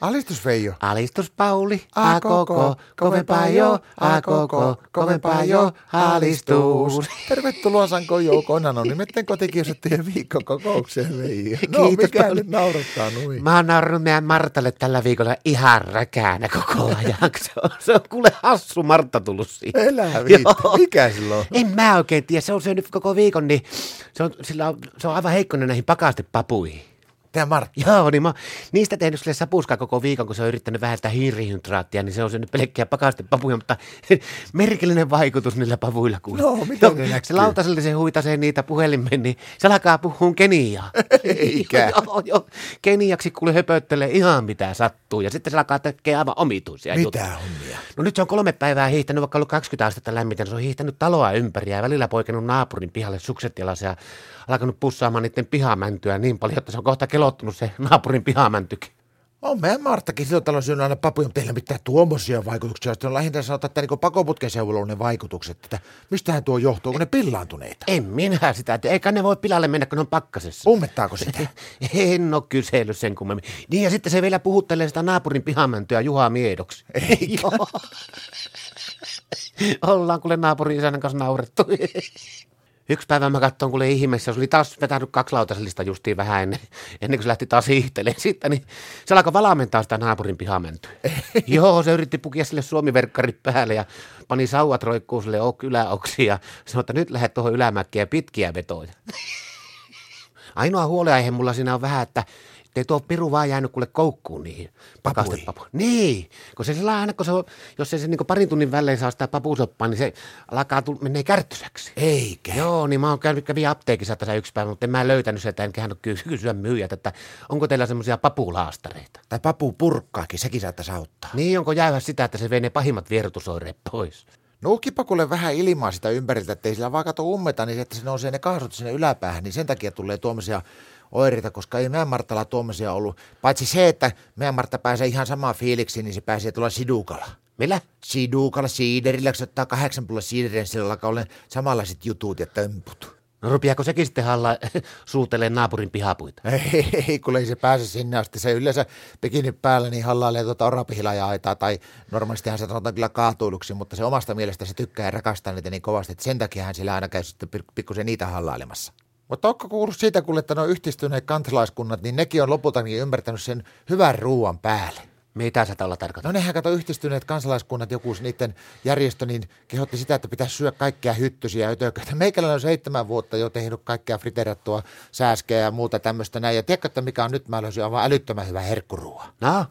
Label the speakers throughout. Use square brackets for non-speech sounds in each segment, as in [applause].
Speaker 1: Alistus Veijo.
Speaker 2: Alistus Pauli, a koko, kovempaa jo, a koko, kovempaa jo, alistus.
Speaker 1: Tervetuloa Sanko Joukoon anonymitten kotikiusattujen viikkokokoukseen Veijo. No
Speaker 2: Kiitos
Speaker 1: mikä
Speaker 2: paljon.
Speaker 1: nyt naurattaa nui.
Speaker 2: Mä oon naurannut meidän Martalle tällä viikolla ihan räkäänä koko ajan. Se on, se on kuule hassu Martta tullut siihen.
Speaker 1: Elää viitti.
Speaker 2: Joo.
Speaker 1: Mikä sillä on?
Speaker 2: En mä oikein tiedä, se on syönyt koko viikon, niin se on, sillä on, se on aivan heikkonen näihin pakastepapuihin.
Speaker 1: Tää Martti.
Speaker 2: Joo, [laughs] niin mä oon niistä tehnyt sille sapuskaa koko viikon, kun se on yrittänyt vähentää hiirihydraattia, niin se on syönyt pelkkiä pakastepapuja, mutta [laughs] merkillinen vaikutus niillä pavuilla kuule.
Speaker 1: No, miten ne
Speaker 2: Se
Speaker 1: näkyy?
Speaker 2: lautaselle se huitasee niitä puhelimeen, niin se alkaa puhua Keniaa.
Speaker 1: [laughs] Eikä.
Speaker 2: [laughs] joo, joo. Keniaksi kuule höpöttelee ihan mitä sattuu, ja sitten se alkaa tekemään aivan omituisia juttuja.
Speaker 1: Mitä hommia?
Speaker 2: No nyt se on kolme päivää hiihtänyt, vaikka ollut 20 astetta lämmintä, niin se on hiihtänyt taloa ympäri ja välillä poikennut naapurin pihalle sukset jalassa ja alkanut pussaamaan niiden pihamäntyä niin paljon, että se on kohta kelottunut se naapurin pihamäntykin.
Speaker 1: On meidän Marttakin silloin täällä on syönyt aina papuja, mutta ei ole mitään tuommoisia vaikutuksia. Sitten on lähinnä sanotaan, että niin pakoputken seudulla on ne vaikutukset. Että mistähän tuo johtuu, kun ne pillaantuneita?
Speaker 2: En minä sitä, että eikä ne voi pilalle mennä, kun ne on pakkasessa.
Speaker 1: Ummettaako sitä?
Speaker 2: [laughs] En ole kysellyt sen kummemmin. Niin ja sitten se vielä puhuttelee sitä naapurin pihamäntyä Juha miedoksi. [laughs] Ei. Ollaan kuule naapurin isänän kanssa naurettu. [laughs] Yksi päivä mä katsoin kuule ihmeessä, se oli taas vetänyt kaksi lautasellista justiin vähän ennen, ennen kuin se lähti taas hiihtelemään siitä, niin se alkoi valamentaa sitä naapurin pihamäntyä. Joo, se yritti pukia sille suomiverkkarit päälle ja pani sauvat roikkuu sille ok- yläoksi ja sanoi, että nyt lähdet tuohon ylämäkeen ja pitkiä vetoja. Ainoa huoleaihe mulla siinä on vähän, että ei tuo piru vaan jäänyt kuule koukkuun niihin pakastepapuihin. Niin, kun se sillä aina, kun se on, jos se, se niin parin tunnin välein saa sitä papusoppaa, niin se alkaa tulla, menee kärttysäksi.
Speaker 1: Eikä.
Speaker 2: Joo, niin mä oon käynyt, kävin apteekissa tässä yksi päivä, mutta en mä löytänyt sitä, enkä hän kysyä myyjät, että onko teillä semmoisia papulaastareita.
Speaker 1: Tai papu purkkaakin, sekin saattaisi auttaa.
Speaker 2: Niin, onko jäävä sitä, että se vei ne pahimmat vierotusoireet pois?
Speaker 1: Nuukipa kuule No vähän ilmaa sitä ympäriltä, ettei sillä vaan kato ummeta, niin että se nousee ne kahdot sinne yläpäähän, niin sen takia tulee tuommoisia oireita, koska ei meidän Martalla tuommoisia ollut. Paitsi se, että meidän Martta pääsee ihan samaan fiiliksiin, niin se pääsee tulla sidukalla.
Speaker 2: Millä?
Speaker 1: Sidukalla siiderillä, kun se ottaa kahdeksan pullo siideriä, niin sillä alkaa olla samanlaiset jutut ja tömput.
Speaker 2: No rupeako sekin sitten halla [laughs] suutelee naapurin pihapuita?
Speaker 1: [laughs] Ei, ei, kun ei se pääse sinne asti. Se yleensä bikini päällä niin hallailee tuota orapihilajaa aitaa, tai normaalistihan se sanotaan kyllä kaatuiluksi, mutta se omasta mielestä se tykkää ja rakastaa niitä niin kovasti, että sen takia hän sillä aina käy sitten pir- pikkusen niitä hallailemassa. Mutta onko kuullut siitä, kun että nuo yhdistyneet kantilaiskunnat, niin nekin on lopulta niin ymmärtänyt sen hyvän ruuan päälle.
Speaker 2: Mitä sä tällä tarkoittaa?
Speaker 1: No nehän kato yhdistyneet kansalaiskunnat, joku niiden järjestö, niin kehotti sitä, että pitäisi syödä kaikkea hyttysiä ja ötököitä. [laughs] Meikäläinen on seitsemän vuotta jo tehnyt kaikkea friterattua sääskeä ja muuta tämmöistä näin. Ja tiedätkö, että mikä on nyt, mä löysin aivan älyttömän hyvä herkkuruoa.
Speaker 2: No,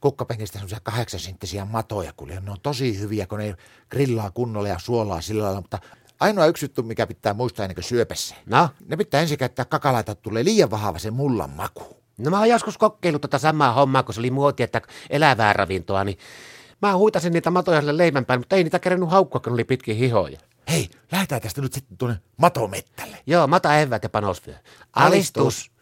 Speaker 1: Kukkapengistä semmoisia kahdeksansinttisiä matoja, kun ne on tosi hyviä, kun ne grillaa kunnolla ja suolaa sillä lailla. Mutta ainoa yksi juttu, mikä pitää muistaa ennen kuin syöpässä.
Speaker 2: no.
Speaker 1: Ne pitää ensin käyttää kakalaita, että tulee liian vahva se mullan maku.
Speaker 2: No mä oon joskus kokeillut tota samaa hommaa, kun se oli muoti, että elävää ravintoa, niin mä huitasin niitä matoja sille leivän päälle, mutta ei niitä kerennyt haukkua, kun ne oli pitkiä hihoja.
Speaker 1: Hei, lähdetään tästä nyt sitten tuonne matomettälle.
Speaker 2: Joo, mata evät ja panosvyö. Alistus!